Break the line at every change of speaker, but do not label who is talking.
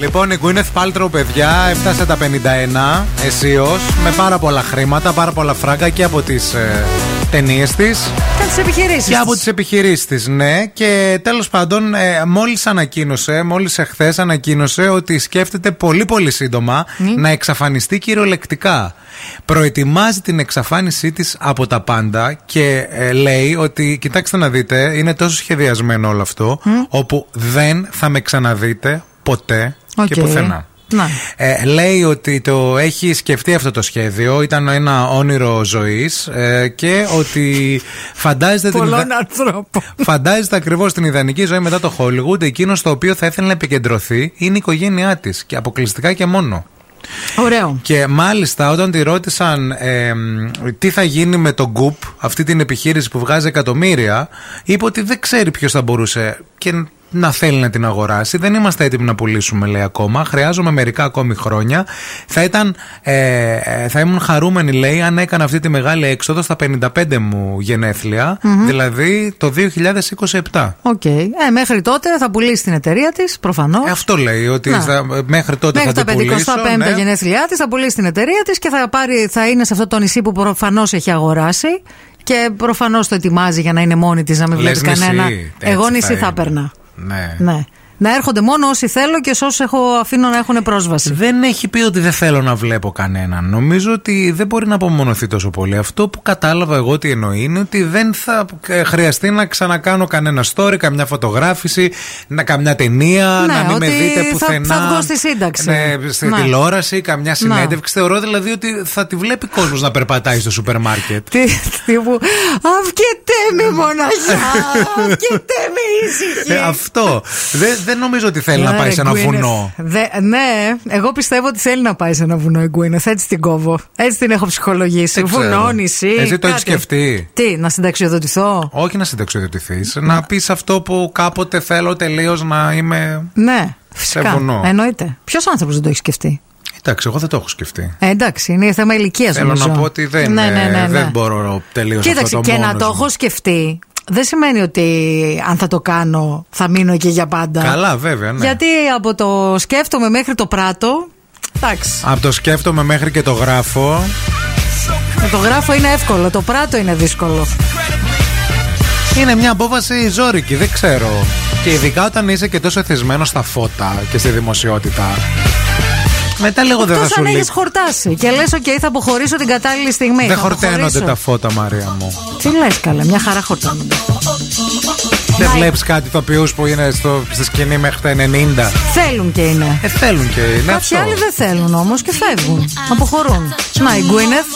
Λοιπόν, η Gwyneth Paltrow, παιδιά, έφτασε τα 51 εσίω με πάρα πολλά χρήματα, πάρα πολλά φράγκα και από τις ε, ταινίες της
Ήταν τις επιχειρήσεις.
και από τις επιχειρήσεις της, ναι. Και τέλος πάντων, ε, μόλις ανακοίνωσε, μόλις εχθές ανακοίνωσε ότι σκέφτεται πολύ πολύ σύντομα να εξαφανιστεί κυριολεκτικά. Προετοιμάζει την εξαφάνισή της από τα πάντα και ε, λέει ότι, κοιτάξτε να δείτε, είναι τόσο σχεδιασμένο όλο αυτό, όπου δεν θα με ξαναδείτε ποτέ και πουθενά.
Να.
Ε, λέει ότι το έχει σκεφτεί αυτό το σχέδιο, ήταν ένα όνειρο ζωής ε, και ότι φαντάζεται την,
Πολλών
ιδα-
ανθρώπων.
φαντάζεται ακριβώς την ιδανική ζωή μετά το Hollywood. Εκείνος στο οποίο θα ήθελε να επικεντρωθεί είναι η οικογένειά της και αποκλειστικά και μόνο.
Ωραίο.
Και μάλιστα όταν τη ρώτησαν ε, μ, τι θα γίνει με το Goop, αυτή την επιχείρηση που βγάζει εκατομμύρια, είπε ότι δεν ξέρει ποιος θα μπορούσε και να θέλει να την αγοράσει. Δεν είμαστε έτοιμοι να πουλήσουμε, λέει ακόμα. Χρειάζομαι μερικά ακόμη χρόνια. Θα, ήταν, ε, ε, θα ήμουν χαρούμενη, λέει, αν έκανα αυτή τη μεγάλη έξοδο στα 55 μου γενεθλια δηλαδή το 2027.
Οκ. Ε, μέχρι τότε θα πουλήσει την εταιρεία της, προφανώς.
Ε, Αυτό λέει, ότι
Να.
θα- μέχρι τότε
Μέχρι
θα
τα
την πουλήσω.
55
ναι.
γενέθλιά της, θα πουλήσει την εταιρεία της και θα, πάρει, θα είναι σε αυτό το νησί που προφανώς έχει αγοράσει και προφανώς το ετοιμάζει για να είναι μόνη της, να μην
Λες
βλέπει κανένα.
νησί, έτσι
Εγώ νησί θα,
είναι.
περνά.
Ναι.
Ναι. Να έρχονται μόνο όσοι θέλω και σε όσους έχω, αφήνω να έχουν πρόσβαση.
Δεν έχει πει ότι δεν θέλω να βλέπω κανέναν. Νομίζω ότι δεν μπορεί να απομονωθεί τόσο πολύ. Αυτό που κατάλαβα εγώ τι εννοεί είναι ότι δεν θα ε, χρειαστεί να ξανακάνω κανένα story, καμιά φωτογράφηση, να, καμιά ταινία,
Ναι,
να μην με
ότι
δείτε
θα-
πουθενά.
θα βγω στη σύνταξη.
Ναι, στη
Ναι.
τηλεόραση, καμιά συνέντευξη. Θεωρώ δηλαδή ότι θα τη βλέπει κόσμος να περπατάει στο σούπερ μάρκετ.
Τι, τι που. Αυγεται με μοναχιά! Αυγεται με ήσυχη!
Ε, αυτό. Δεν, δεν νομίζω ότι θέλει να
Άρα,
πάει σε ένα
Γκουίνεθ.
βουνό.
Δε- ναι, εγώ πιστεύω ότι θέλει να πάει σε ένα βουνό η Γκουίνεθ. Έτσι την κόβω. Έτσι την έχω ψυχολογήσει.
Δεν ξέρω.
Βουνό, νησί.
Εσύ το έχεις
κάτι.
σκεφτεί?
Τι, να συνταξιοδοτηθώ.
Όχι να συνταξιοδοτηθείς, να πεις αυτό που κάποτε θέλω τελείως να είμαι.
Ναι, φυσικά.
βουνό.
Εννοείται. Ποιος άνθρωπος δεν το έχει σκεφτεί.
Εντάξει, εγώ δεν το έχω σκεφτεί.
Ε, εντάξει, είναι θέμα Ναι, ηλικίας
Θέλω να πω ότι δεν, ε, δεν μπορώ τελείως
Κοίταξε,
αυτό το
και να
μόνος
το
μου.
έχω σκεφτεί, δεν σημαίνει ότι αν θα το κάνω θα μείνω εκεί για πάντα.
Καλά, βέβαια, ναι.
Γιατί από το σκέφτομαι μέχρι το πράτο. Εντάξει.
Από το σκέφτομαι μέχρι και το γράφω.
Να το γράφω είναι εύκολο, το πράτο είναι δύσκολο.
Είναι μια απόφαση ζώρικη, δεν ξέρω. Και ειδικά όταν είσαι και τόσο εθισμένος στα φώτα και στη δημοσιότητα. Μετά λίγο δεν θα
Εκτός
σου
αν έχει
λείψει.
χορτάσει και λες: OK, θα αποχωρήσω την κατάλληλη στιγμή.
Δεν
θα αποχωρήσω.
χορταίνονται τα φώτα, Μαρία μου.
Τι λες, καλέ, μια χαρά χορταίνονται. Ναι.
Δεν βλέπεις κάτι τοπιούς που είναι στο, στη σκηνή μέχρι τα 90.
Θέλουν και είναι.
Ε, θέλουν και είναι
Κάποιοι
αυτό.
άλλοι δεν θέλουν όμως και φεύγουν. Αποχωρούν. Να η Γκουίνεθ